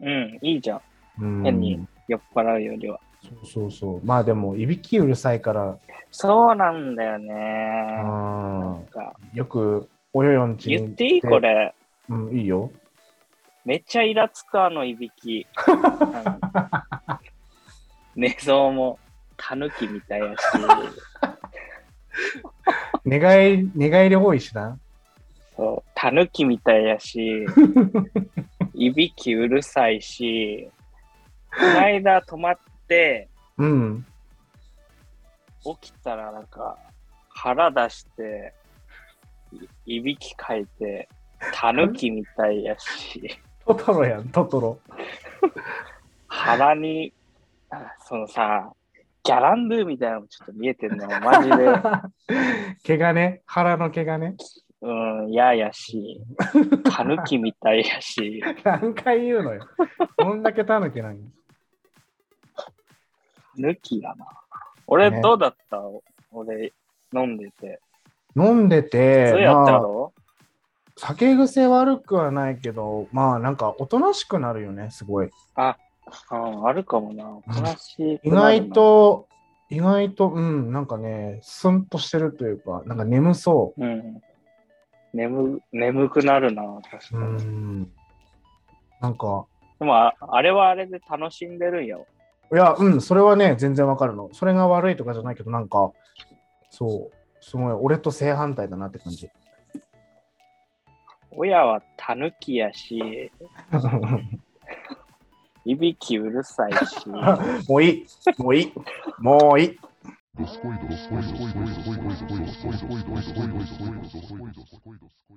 [SPEAKER 2] うん、いいじゃん。
[SPEAKER 1] うん、
[SPEAKER 2] 変に酔っ払うよりは。
[SPEAKER 1] そうそうそう。まあでも、いびきうるさいから、
[SPEAKER 2] そうなんだよね。なん
[SPEAKER 1] う
[SPEAKER 2] か
[SPEAKER 1] ん、よくおよよんちに
[SPEAKER 2] 言っていいこ。れ。
[SPEAKER 1] うん、いいよ。
[SPEAKER 2] めっちゃイラつくあのい びき。あの寝相もタヌキみたいやし。
[SPEAKER 1] 寝返り、 寝返り多いしな。
[SPEAKER 2] そう、タヌキみたいやし、いびきうるさいし、この間泊まって、
[SPEAKER 1] うん。
[SPEAKER 2] 起きたらなんか、腹出して、いいびきかいて、タヌキみたいやし、
[SPEAKER 1] トトロやん、トトロ。
[SPEAKER 2] 腹に、あそのさ、ギャランドゥみたいなのもちょっと見えてんのよ、マジで。
[SPEAKER 1] 毛がね、腹の毛がね。
[SPEAKER 2] うん、嫌やし、タヌキみたいやし、
[SPEAKER 1] 何回言うのよ。どんだけタヌキなんよ
[SPEAKER 2] タヌキやな。俺、
[SPEAKER 1] ね
[SPEAKER 2] どうだった俺、飲んでて。
[SPEAKER 1] 飲んでて
[SPEAKER 2] そう、やった
[SPEAKER 1] まあ、
[SPEAKER 2] ろ、
[SPEAKER 1] 酒癖悪くはないけど、まあなんかおとなしくなるよね、すごい。
[SPEAKER 2] うん、あるかもな。悲しい。
[SPEAKER 1] 意外。と、意外と、うん、なんかね、スンとしてるというか、なんか眠そ
[SPEAKER 2] うん。眠、眠くなるな、確
[SPEAKER 1] う。
[SPEAKER 2] か
[SPEAKER 1] う
[SPEAKER 2] に。
[SPEAKER 1] ん。なんか、
[SPEAKER 2] でもあ、あれはあれで楽しんでるんや。
[SPEAKER 1] いや、うん、それはね、全然わかるの。それが悪いとかじゃないけど、なんか、そう、すごい、俺と正反対だなって感じ。
[SPEAKER 2] 親はタヌキやし、いびきうるさい し、
[SPEAKER 1] もういい、もういい、もういい。
[SPEAKER 3] どすこいどすこいどすこいどすこいどすこいどすこいどすこいどすこいどすこいどすこいどすこいどすこい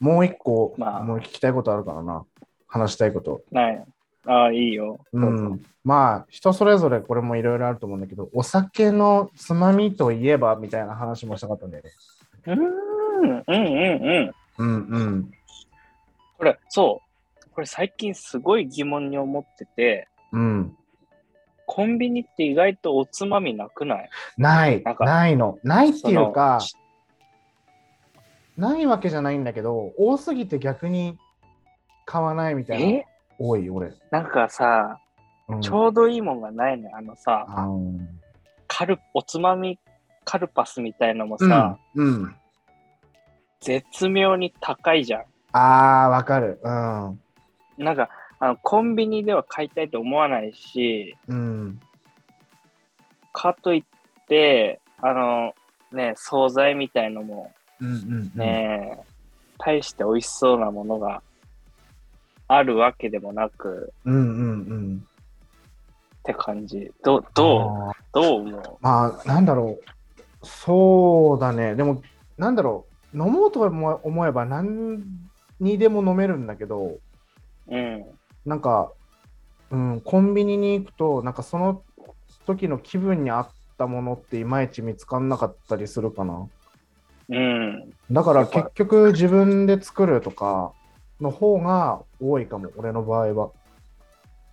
[SPEAKER 1] もう一個、
[SPEAKER 2] まあ
[SPEAKER 1] もう聞きたいことあるからな。話したいこと。
[SPEAKER 2] ない。ああ、いいよ。
[SPEAKER 1] う
[SPEAKER 2] どうぞ
[SPEAKER 1] ん。まあ、人それぞれこれもいろいろあると思うんだけど、お酒のつまみといえばみたいな話もしたかったんだよね。
[SPEAKER 2] うーん、うん、うん、うん。
[SPEAKER 1] うんうん。
[SPEAKER 2] これ、そう。これ最近すごい疑問に思ってて、
[SPEAKER 1] うん。
[SPEAKER 2] コンビニって意外とおつまみなくない
[SPEAKER 1] ない
[SPEAKER 2] なん、か
[SPEAKER 1] ないの。ないっていうか
[SPEAKER 2] そ、
[SPEAKER 1] ないわけじゃないんだけど、多すぎて逆に買わないみたいな。
[SPEAKER 2] え
[SPEAKER 1] 多い、俺。
[SPEAKER 2] なんかさ、
[SPEAKER 1] うん、
[SPEAKER 2] ちょうどいいもんがないね。あのさ、
[SPEAKER 1] あの
[SPEAKER 2] カル、おつまみカルパスみたいのも
[SPEAKER 1] うん
[SPEAKER 2] さ、
[SPEAKER 1] うん。
[SPEAKER 2] 絶妙に高いじゃん。
[SPEAKER 1] あー、わかる。うん。
[SPEAKER 2] なんか、あのコンビニでは買いたいと思わないし、
[SPEAKER 1] うん。
[SPEAKER 2] かといって、あの、ね、惣菜みたいのも
[SPEAKER 1] うんうん、うん。
[SPEAKER 2] ね、大して美味しそうなものがあるわけでもなく
[SPEAKER 1] うんうんうん。
[SPEAKER 2] って感じ。どうどう
[SPEAKER 1] あー
[SPEAKER 2] どう思
[SPEAKER 1] まあ、なんだろう。そうだね。でも、なんだろう。飲もうと思思えば何にでも飲めるんだけど、
[SPEAKER 2] ううん。
[SPEAKER 1] なんか、うん、コンビニに行くと、なんかその時の気分に合ったものっていまいち見つかんなかったりするかな。
[SPEAKER 2] うん。
[SPEAKER 1] だから結局自分で作るとかの方が多いかも、俺の場合は。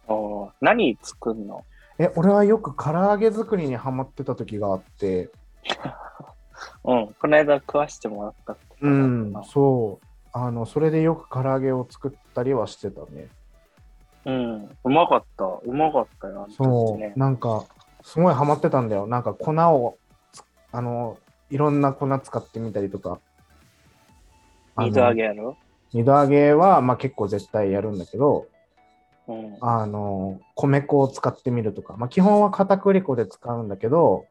[SPEAKER 2] おー何作るの
[SPEAKER 1] え、俺はよく唐揚げ作りにハマってた時があって、
[SPEAKER 2] うん。この間食わしてもらったってこと
[SPEAKER 1] う
[SPEAKER 2] だった
[SPEAKER 1] ん、そう。あの、それでよく唐揚げを作ったりはしてたね。
[SPEAKER 2] な。うん。うまかった。うまかったよ。あの時
[SPEAKER 1] そう、
[SPEAKER 2] ね。
[SPEAKER 1] なんか、すごいハマってたんだよ。なんか粉をつ、あの、いろんな粉使ってみたりとか。あの
[SPEAKER 2] 水揚。げやろ
[SPEAKER 1] 二度揚げは、まあ結構絶対やるんだけど、
[SPEAKER 2] うん。
[SPEAKER 1] あの、米粉を使ってみるとか。まあ基本は片栗粉で使うんだけど、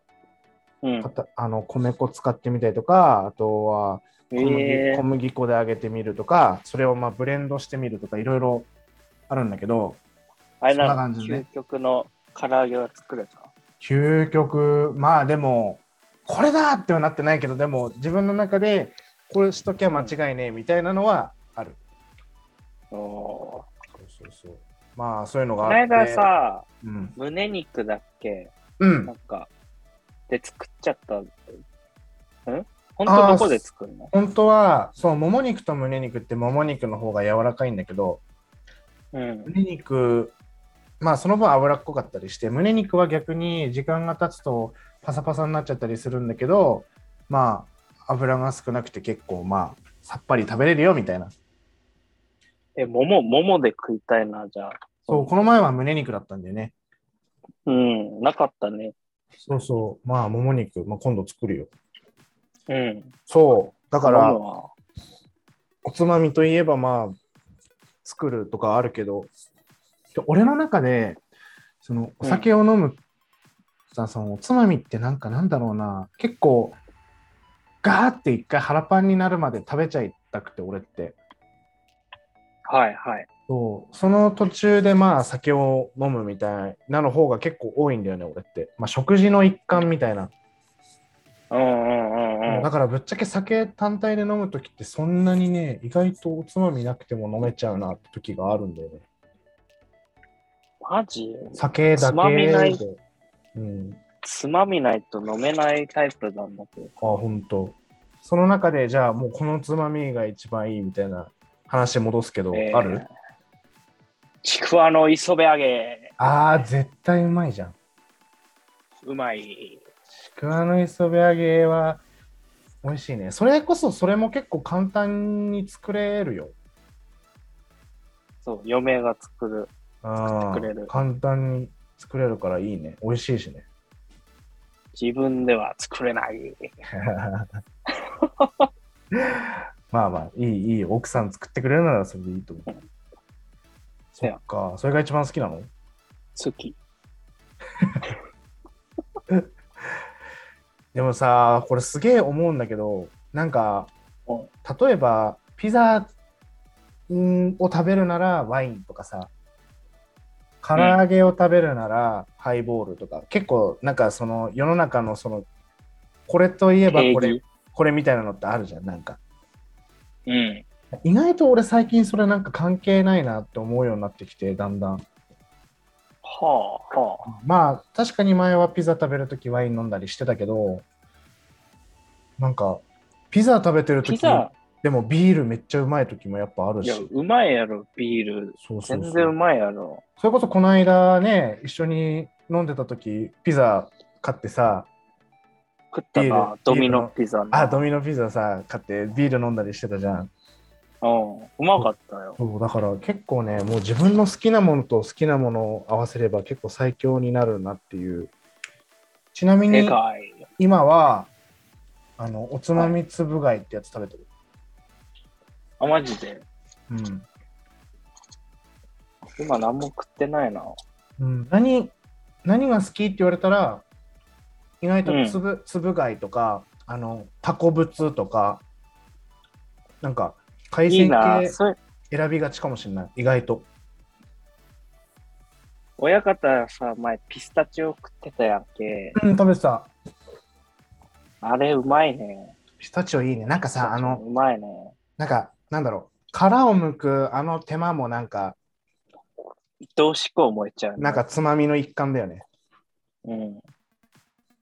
[SPEAKER 2] うん
[SPEAKER 1] か。たあの、米粉使ってみたりとか、あとは小麦,、
[SPEAKER 2] え
[SPEAKER 1] 小麦粉で揚げてみるとか、それをまあブレンドしてみるとか、いろいろあるんだけど、
[SPEAKER 2] あれ
[SPEAKER 1] そんな
[SPEAKER 2] な
[SPEAKER 1] 感
[SPEAKER 2] の、
[SPEAKER 1] じね
[SPEAKER 2] 究極の唐揚げは作れた。
[SPEAKER 1] 究極まあでもこれだってはなってないけどでも自分の中でこれしときゃ間違いねえみたいなのはある、
[SPEAKER 2] おー
[SPEAKER 1] そうそうそうまあそういうのが
[SPEAKER 2] この
[SPEAKER 1] あって
[SPEAKER 2] 間さ、
[SPEAKER 1] うん、
[SPEAKER 2] 胸肉だっけ
[SPEAKER 1] うん
[SPEAKER 2] なん、か、で作っちゃった。ん本当どこで作るの
[SPEAKER 1] 本当はそうもも肉と胸肉ってもも肉の方が柔らかいんだけど
[SPEAKER 2] うん。
[SPEAKER 1] 胸肉まあその分脂っこかったりして胸肉は逆に時間が経つとパサパサになっちゃったりするんだけどまあ油が少なくて結構まあさっぱり食べれるよみたいな
[SPEAKER 2] え、桃、桃で食いたいな、じゃあ。
[SPEAKER 1] そうこの前は胸肉だったんだよね
[SPEAKER 2] うん、なかったね。
[SPEAKER 1] そうそう。まあ、もも肉、まあ、今度作るよ。
[SPEAKER 2] うん。
[SPEAKER 1] そう。だから、
[SPEAKER 2] 桃は
[SPEAKER 1] おつまみといえば、まあ、作るとかあるけど、で俺の中で、その、お酒を飲む、さそのおつまみってなんかなんだろうな、結構、ガーって一回腹パンになるまで食べちゃいたくて、俺って。
[SPEAKER 2] はい、はい。
[SPEAKER 1] そう。その途中で、まあ、酒を飲むみたいなの方が結構多いんだよね、俺って。まあ、食事の一環みたいな。
[SPEAKER 2] うんうんうんうん。
[SPEAKER 1] だからぶっちゃけ酒単体で飲む時ってそんなにね意外とおつまみなくても飲めちゃうなって時があるんだよね
[SPEAKER 2] マジ
[SPEAKER 1] 酒だ
[SPEAKER 2] つま
[SPEAKER 1] け
[SPEAKER 2] みない
[SPEAKER 1] でうん
[SPEAKER 2] つまみないと飲めないタイプなんだけど。
[SPEAKER 1] あ本当その中でじゃあもうこのつまみが一番いいみたいな話戻すけど、
[SPEAKER 2] えー
[SPEAKER 1] ある
[SPEAKER 2] ちくわの磯辺揚げ、
[SPEAKER 1] あー絶対うまいじゃん
[SPEAKER 2] うまい。
[SPEAKER 1] ちくわの磯辺揚げは美味しいねそれこそそれも結構簡単に作れるよ
[SPEAKER 2] そう、嫁が作る。
[SPEAKER 1] あ
[SPEAKER 2] 作ってくれ
[SPEAKER 1] ー
[SPEAKER 2] る
[SPEAKER 1] 簡単に作れるからいいね美味しいしね
[SPEAKER 2] 自分では作れない。
[SPEAKER 1] まあまあ、いい、いい、奥さん作ってくれるならそれでいいと思う。そっか、それが一番好きなの
[SPEAKER 2] 好き。
[SPEAKER 1] でもさ、これすげえ思うんだけど、なんか
[SPEAKER 2] うん、
[SPEAKER 1] 例えば、ピザんを食べるならワインとかさ、唐揚げを食べるならハイボールとか、結構なんかその世の中のその、これといえば
[SPEAKER 2] 礼儀
[SPEAKER 1] これ、これみたいなのってあるじゃん、なんか。
[SPEAKER 2] うん。
[SPEAKER 1] 意外と俺最近それなんか関係ないなって思うようになってきてだんだん
[SPEAKER 2] はあ、はあ。
[SPEAKER 1] まあ確かに前はピザ食べるときワイン飲んだりしてたけどなんかピザ食べてると
[SPEAKER 2] ピ
[SPEAKER 1] き
[SPEAKER 2] ザ、
[SPEAKER 1] でもビールめっちゃうまいときもやっぱある
[SPEAKER 2] い
[SPEAKER 1] し
[SPEAKER 2] や、うまいやろ、ビール。
[SPEAKER 1] そうそう
[SPEAKER 2] 全
[SPEAKER 1] そう
[SPEAKER 2] 然うまいやろ。
[SPEAKER 1] それこそこの間ね一緒に飲んでたときピザ買ってさ
[SPEAKER 2] 食った
[SPEAKER 1] ビー
[SPEAKER 2] な
[SPEAKER 1] ル、
[SPEAKER 2] ドミノピザな
[SPEAKER 1] あドミノピザさ買ってビール飲んだりしてたじゃん
[SPEAKER 2] うん。うまかったよ。
[SPEAKER 1] そうだから結構ねもう自分の好きなものと好きなものを合わせれば結構最強になるなっていうちなみ
[SPEAKER 2] で
[SPEAKER 1] に
[SPEAKER 2] かい。
[SPEAKER 1] 今はあのおつまみつぶ貝ってやつ食べてる、
[SPEAKER 2] あ、マジで。
[SPEAKER 1] うん
[SPEAKER 2] 今何も食ってないな。
[SPEAKER 1] うん、何何が好きって言われたら意外とつぶ,、つぶ貝とかあのタコブツとかなんか海
[SPEAKER 2] いい
[SPEAKER 1] 鮮
[SPEAKER 2] な。
[SPEAKER 1] 系
[SPEAKER 2] それ
[SPEAKER 1] 選びがちかもしれない意外と
[SPEAKER 2] 親方さ、前ピスタチオ食ってたやんけ。
[SPEAKER 1] うん食べてた
[SPEAKER 2] あれうまいね。
[SPEAKER 1] ピスタチオいいねなんかさあの
[SPEAKER 2] うまいね。
[SPEAKER 1] なんかなんだろう殻を剥くあの手間もなんか
[SPEAKER 2] 愛おしく思えちゃう、ね。
[SPEAKER 1] なんかつまみの一環だよね
[SPEAKER 2] うん。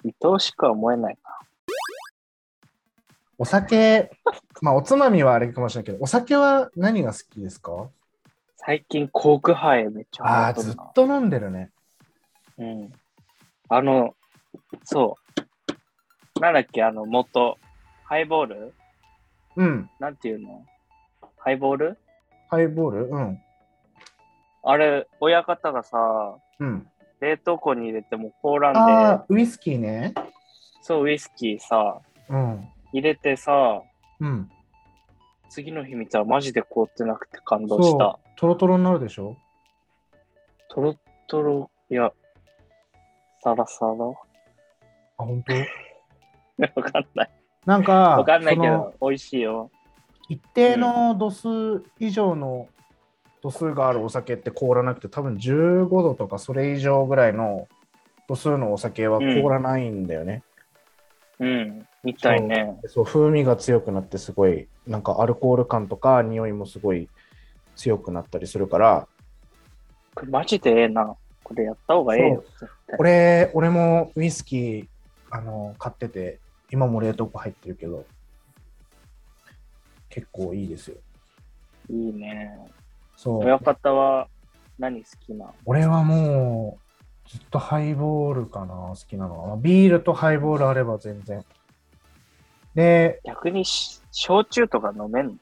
[SPEAKER 2] 愛おしくは思えないか。
[SPEAKER 1] お酒まあおつまみはあれかもしれないけどお酒は何が好きですか
[SPEAKER 2] 最近、コークハイめっちゃハ
[SPEAKER 1] あ
[SPEAKER 2] マ
[SPEAKER 1] あ
[SPEAKER 2] っと
[SPEAKER 1] ず
[SPEAKER 2] る
[SPEAKER 1] っ
[SPEAKER 2] な。
[SPEAKER 1] と飲んでるね
[SPEAKER 2] うん。あの、そう。なんだっけ、あの、元、ハイボール
[SPEAKER 1] うん
[SPEAKER 2] なんていうのハイボール
[SPEAKER 1] ハイボールうん
[SPEAKER 2] あれ、親方がさ、
[SPEAKER 1] うん
[SPEAKER 2] 冷凍庫に入れても凍ら
[SPEAKER 1] あ
[SPEAKER 2] んで、
[SPEAKER 1] あウイスキーね
[SPEAKER 2] そう、ウイスキーさ、
[SPEAKER 1] うん
[SPEAKER 2] 入れてさ、
[SPEAKER 1] うん
[SPEAKER 2] 次の日見たらマジで凍ってなくて感動し
[SPEAKER 1] そ
[SPEAKER 2] た。
[SPEAKER 1] うトロトロになるでしょ
[SPEAKER 2] トロトロ、いや、サラサラ わ
[SPEAKER 1] あ本当
[SPEAKER 2] かんない。
[SPEAKER 1] なんか
[SPEAKER 2] わかんないけ
[SPEAKER 1] その
[SPEAKER 2] ど、美味しいよ。
[SPEAKER 1] 一定の度数以上の度数があるお酒って凍らなくて多分15度とかそれ以上ぐらいの度数のお酒は凍らないんだよね、
[SPEAKER 2] うん、みたいね。
[SPEAKER 1] そう風味が強くなってすごいなんかアルコール感とか匂いもすごい強くなったりするから
[SPEAKER 2] これマジでええな。これやった方がええよ。
[SPEAKER 1] 俺俺もウイスキーあの買ってて今も冷凍庫入ってるけど結構いいですよ
[SPEAKER 2] いいね。
[SPEAKER 1] そう
[SPEAKER 2] 親方は何好きな
[SPEAKER 1] 俺はもうずっとハイボールかな好きなのはまあビールとハイボールあれば全然で
[SPEAKER 2] 逆にし焼酎とか飲めんの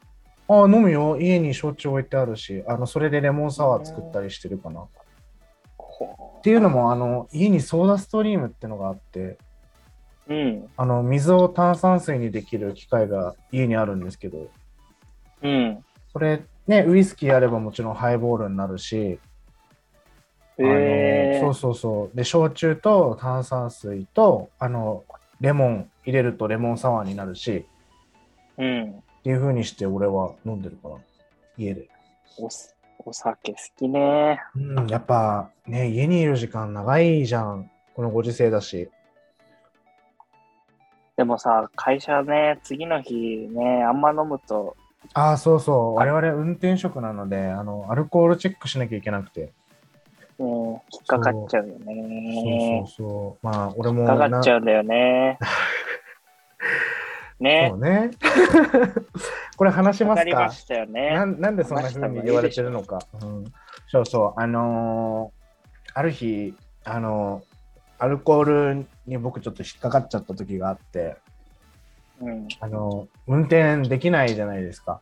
[SPEAKER 1] あ飲むよ家に焼酎置いてあるしあのそれでレモンサワー作ったりしてるかな
[SPEAKER 2] ほ
[SPEAKER 1] っていうのもあの家にソーダストリームってのがあって
[SPEAKER 2] ううん。
[SPEAKER 1] あの水を炭酸水にできる機械が家にあるんですけど
[SPEAKER 2] うん。
[SPEAKER 1] それねウイスキーあればもちろんハイボールになるし、
[SPEAKER 2] え
[SPEAKER 1] あ
[SPEAKER 2] ー、
[SPEAKER 1] のそうそうそうで焼酎と炭酸水とあのレモン入れるとレモンサワーになるし
[SPEAKER 2] うん。
[SPEAKER 1] っていう風にして俺は飲んでるかな家で
[SPEAKER 2] おすお酒好きね。
[SPEAKER 1] うんやっぱね家にいる時間長いじゃんこのご時世だし
[SPEAKER 2] でもさ、会社ね、次の日ね、あんま飲むと、
[SPEAKER 1] ああそうそう我々運転職なのであのアルコールチェックしなきゃいけなくて
[SPEAKER 2] うん、引っかかっちゃうよ
[SPEAKER 1] そう
[SPEAKER 2] ね。
[SPEAKER 1] そうそう。まあ、俺も
[SPEAKER 2] 引っかか
[SPEAKER 1] な
[SPEAKER 2] っちゃうんだよ ね。ね
[SPEAKER 1] そう。ね。 これ話し
[SPEAKER 2] わ
[SPEAKER 1] ま
[SPEAKER 2] か
[SPEAKER 1] す
[SPEAKER 2] りま
[SPEAKER 1] か
[SPEAKER 2] したよ
[SPEAKER 1] な
[SPEAKER 2] ね。
[SPEAKER 1] んなんでそんな風に言われてるのか。うん、そうそう。あのーある日、あのーアルコールに僕ちょっと引っかかっちゃった時があって、
[SPEAKER 2] うん、
[SPEAKER 1] あのー運転できないじゃないですか。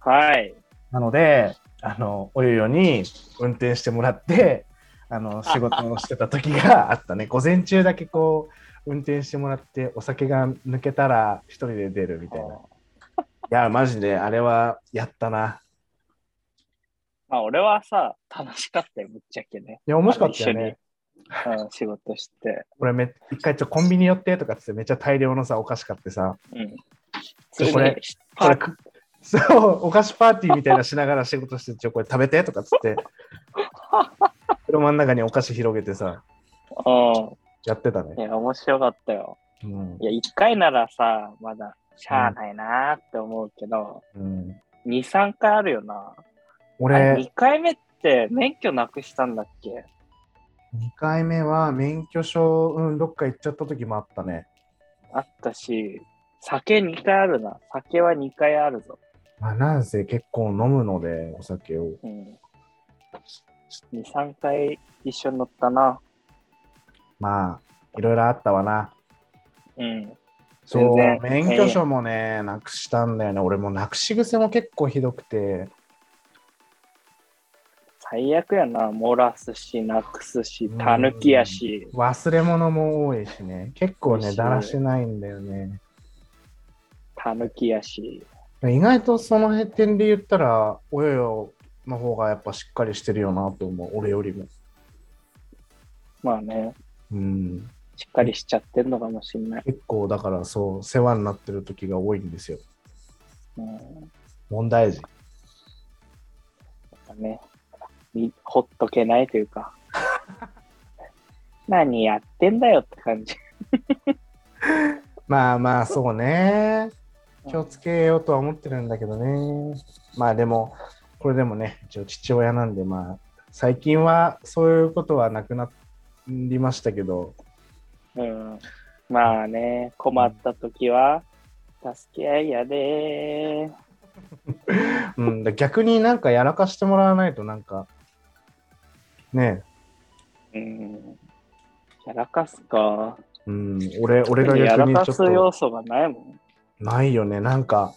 [SPEAKER 2] はい。
[SPEAKER 1] なので、あのおゆよに運転してもらって、あの仕事をしてた時があったね。午前中だけこう運転してもらって、お酒が抜けたら一人で出るみたいな。いや、マジであれはやったな。
[SPEAKER 2] まあ、俺はさ、楽しかったよ、ぶっちゃけね。
[SPEAKER 1] いや、面白かったよ
[SPEAKER 2] あの
[SPEAKER 1] ね。
[SPEAKER 2] 一緒に、うん、仕事して。
[SPEAKER 1] 俺め、一回ちょコンビニ寄ってとかっつってめっちゃ大量のさ、お菓子買ってさ、
[SPEAKER 2] うん。
[SPEAKER 1] ちょこれ
[SPEAKER 2] 普通に
[SPEAKER 1] これそう、お菓子パーティーみたいなしながら仕事して、ちょ、これ食べてとかっつって、車の中にお菓子広げてさ、
[SPEAKER 2] う
[SPEAKER 1] やってた
[SPEAKER 2] ん。
[SPEAKER 1] ね。
[SPEAKER 2] いや、面白かったよ。
[SPEAKER 1] うん
[SPEAKER 2] い。や、一回ならさ、まだ、しゃあないなーって思うけど、
[SPEAKER 1] うん、
[SPEAKER 2] 二、三回あるよな。
[SPEAKER 1] 俺、
[SPEAKER 2] 二回目って免許なくしたんだっけ
[SPEAKER 1] 2回目は免許証、うん、どっか行っちゃった時もあったね。
[SPEAKER 2] あったし、酒二回あるな。酒は二回あるぞ。
[SPEAKER 1] まあ、なんせ結構飲むので、お酒を。
[SPEAKER 2] うん。二、三回一緒に乗ったな。
[SPEAKER 1] まあ、いろいろあったわな。
[SPEAKER 2] うん。
[SPEAKER 1] そう、
[SPEAKER 2] 全然
[SPEAKER 1] 免許証もね、なくしたんだよね。俺もなくし癖も結構ひどくて、
[SPEAKER 2] 最悪やな。漏らすし、なくすし、たぬきやし。
[SPEAKER 1] 忘れ物も多いしね、結構
[SPEAKER 2] そう
[SPEAKER 1] ね、
[SPEAKER 2] そう
[SPEAKER 1] だらしないんだよね。
[SPEAKER 2] たぬきやし。
[SPEAKER 1] 意外とその辺点で言ったら、およよの方がやっぱしっかりしてるよなと思う、俺よりも。
[SPEAKER 2] まあね、
[SPEAKER 1] うん、
[SPEAKER 2] しっかりしちゃってるのかもしれない。
[SPEAKER 1] 結構だからそう、世話になってる時が多いんですよ。
[SPEAKER 2] うん、や
[SPEAKER 1] 問題児。
[SPEAKER 2] っぱね、みほっとけないというか。何やってんだよって感じ。
[SPEAKER 1] まあまあ、そうね。気をつけようとは思ってるんだけどね。まあでも、これでもね、一応父親なんで、まあ、最近はそういうことはなくなりましたけど、
[SPEAKER 2] うん、まあね、困った時は、助け合いやでー。
[SPEAKER 1] うん、だ逆になんかやらかしてもらわないと、なんか、ね
[SPEAKER 2] うん。やらかすか。
[SPEAKER 1] え、うん、俺俺が
[SPEAKER 2] や
[SPEAKER 1] 逆
[SPEAKER 2] ら
[SPEAKER 1] に
[SPEAKER 2] か
[SPEAKER 1] ちょっ
[SPEAKER 2] す
[SPEAKER 1] と
[SPEAKER 2] 要素がないもん。
[SPEAKER 1] ないよね、なんか、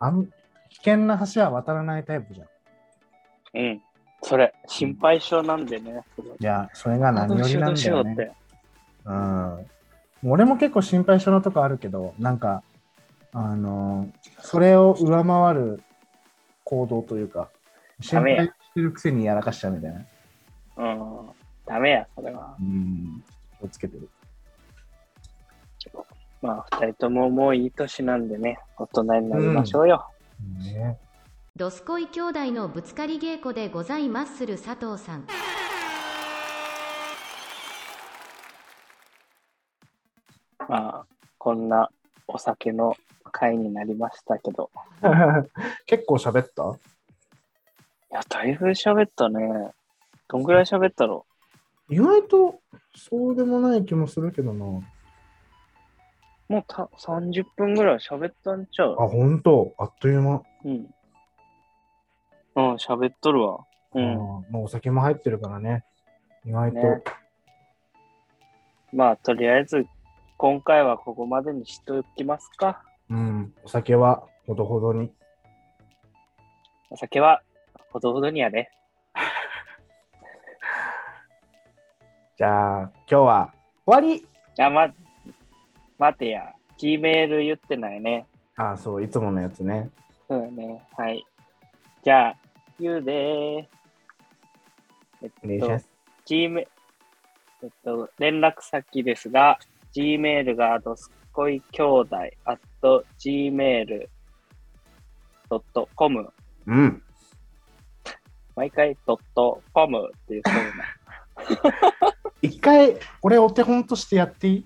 [SPEAKER 1] あん危険な橋は渡らないタイプじゃん。い
[SPEAKER 2] うん。それ、心配性なんでね。それ
[SPEAKER 1] や、それが何よりなんだよね。
[SPEAKER 2] て。
[SPEAKER 1] うん俺も結構心配性のとこあるけど、なんか、あのーそれを上回る行動というか、心
[SPEAKER 2] ダメや
[SPEAKER 1] 配してるくせにやらかしちゃうみたいな。
[SPEAKER 2] うん。ダメや、それは
[SPEAKER 1] う。ん。気をつけてる。
[SPEAKER 2] まあ、二人とももういい年なんでね、大人になりましょうよ。
[SPEAKER 1] ね、
[SPEAKER 4] ドスコイ兄弟のぶつかり稽古でございまする佐藤さん。
[SPEAKER 2] まあ、こんなお酒の会になりましたけど。
[SPEAKER 1] 結構喋った
[SPEAKER 2] いや、だいぶ喋ったね。どんぐらい喋ったろ
[SPEAKER 1] 意外とそうでもない気もするけどな。
[SPEAKER 2] うもうた30分ぐらい喋ったんちゃう
[SPEAKER 1] あ、ほんと、あっという間。
[SPEAKER 2] うん。うん、喋っとるわ。
[SPEAKER 1] あ
[SPEAKER 2] う
[SPEAKER 1] ー
[SPEAKER 2] ん。
[SPEAKER 1] まあ、お酒も入ってるからね。意外と。
[SPEAKER 2] ねまあ、とりあえず、今回はここまでにしておきますか。
[SPEAKER 1] うん。お酒はほどほどに。
[SPEAKER 2] お酒は、ほどほどにやね。
[SPEAKER 1] じゃあ、今日は終わり
[SPEAKER 2] あ、ま、待てや。G メール言ってないね。
[SPEAKER 1] あ、そう、いつものやつね。
[SPEAKER 2] そうだね。はい。じゃあ、言うでー。えっ
[SPEAKER 1] お願いしま
[SPEAKER 2] と
[SPEAKER 1] す。、
[SPEAKER 2] G メ、えっと、連絡先ですが、G メールがどすこい兄弟 at gmail.com
[SPEAKER 1] うん。
[SPEAKER 2] 毎回ドットコムっていうそう
[SPEAKER 1] 一回、これお手本としてやっていい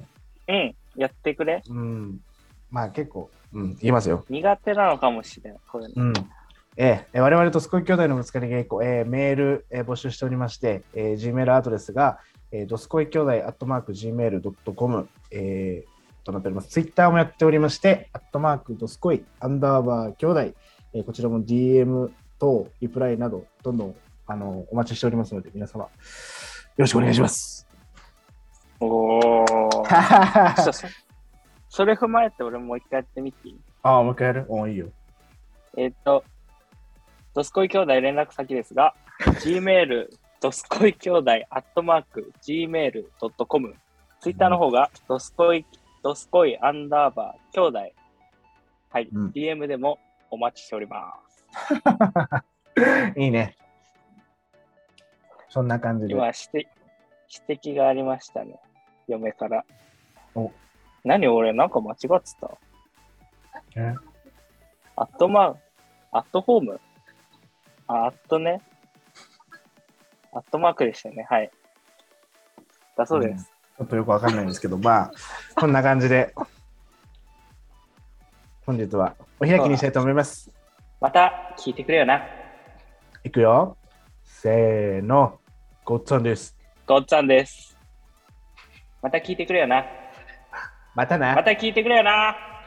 [SPEAKER 2] な。うん、やってくれ。
[SPEAKER 1] うん。まあ結構、うん、言いますよ。
[SPEAKER 2] 苦手なのかもしれない。こういうの
[SPEAKER 1] うん。ええ、我々とすこい兄弟のぶつかり稽古、ええ、メール、ええ、募集しておりまして、ええ、Gmail アドレスが、ええ、どすこい兄弟、アットマーク、gmail.com、ええ、となっております。Twitter もやっておりまして、アットマーク、どすこい、アンダーバー兄弟、ええ、こちらも DM 等、リプライなど、どんどん、あの、お待ちしておりますので、皆様、よろしくお願いします。
[SPEAKER 2] お ー。そそそれ踏まえて俺もう一回やってみていい
[SPEAKER 1] ああ、もう一回やるおいいよ。
[SPEAKER 2] えっと、ドスコイ兄弟連絡先で すが、gmail、ドスコイ兄弟、アットマーク、gmail.com、ツイッターの方が、ドスコイ、ドスコイ、アンダーバー、兄弟、はい、
[SPEAKER 1] うん
[SPEAKER 2] DM でもお待ちしております。
[SPEAKER 1] いいね。そんな感じで。
[SPEAKER 2] 今、指摘、指摘がありましたね、嫁から
[SPEAKER 1] お。
[SPEAKER 2] 何俺、なんか間違ってた
[SPEAKER 1] え
[SPEAKER 2] アットマーク、アットホームあ、アットね。アットマークでしたよね。はい。だそうです。
[SPEAKER 1] ちょっとよくわかんないんですけど、まあ、こんな感じで、本日はお開きにしたいと思います。
[SPEAKER 2] また聞いてくれよな。
[SPEAKER 1] いくよ。せーの、ごっつぁんです。
[SPEAKER 2] ごっつぁんです。また聞いてくれよな。
[SPEAKER 1] またな
[SPEAKER 2] ま。た聞いてくれよな。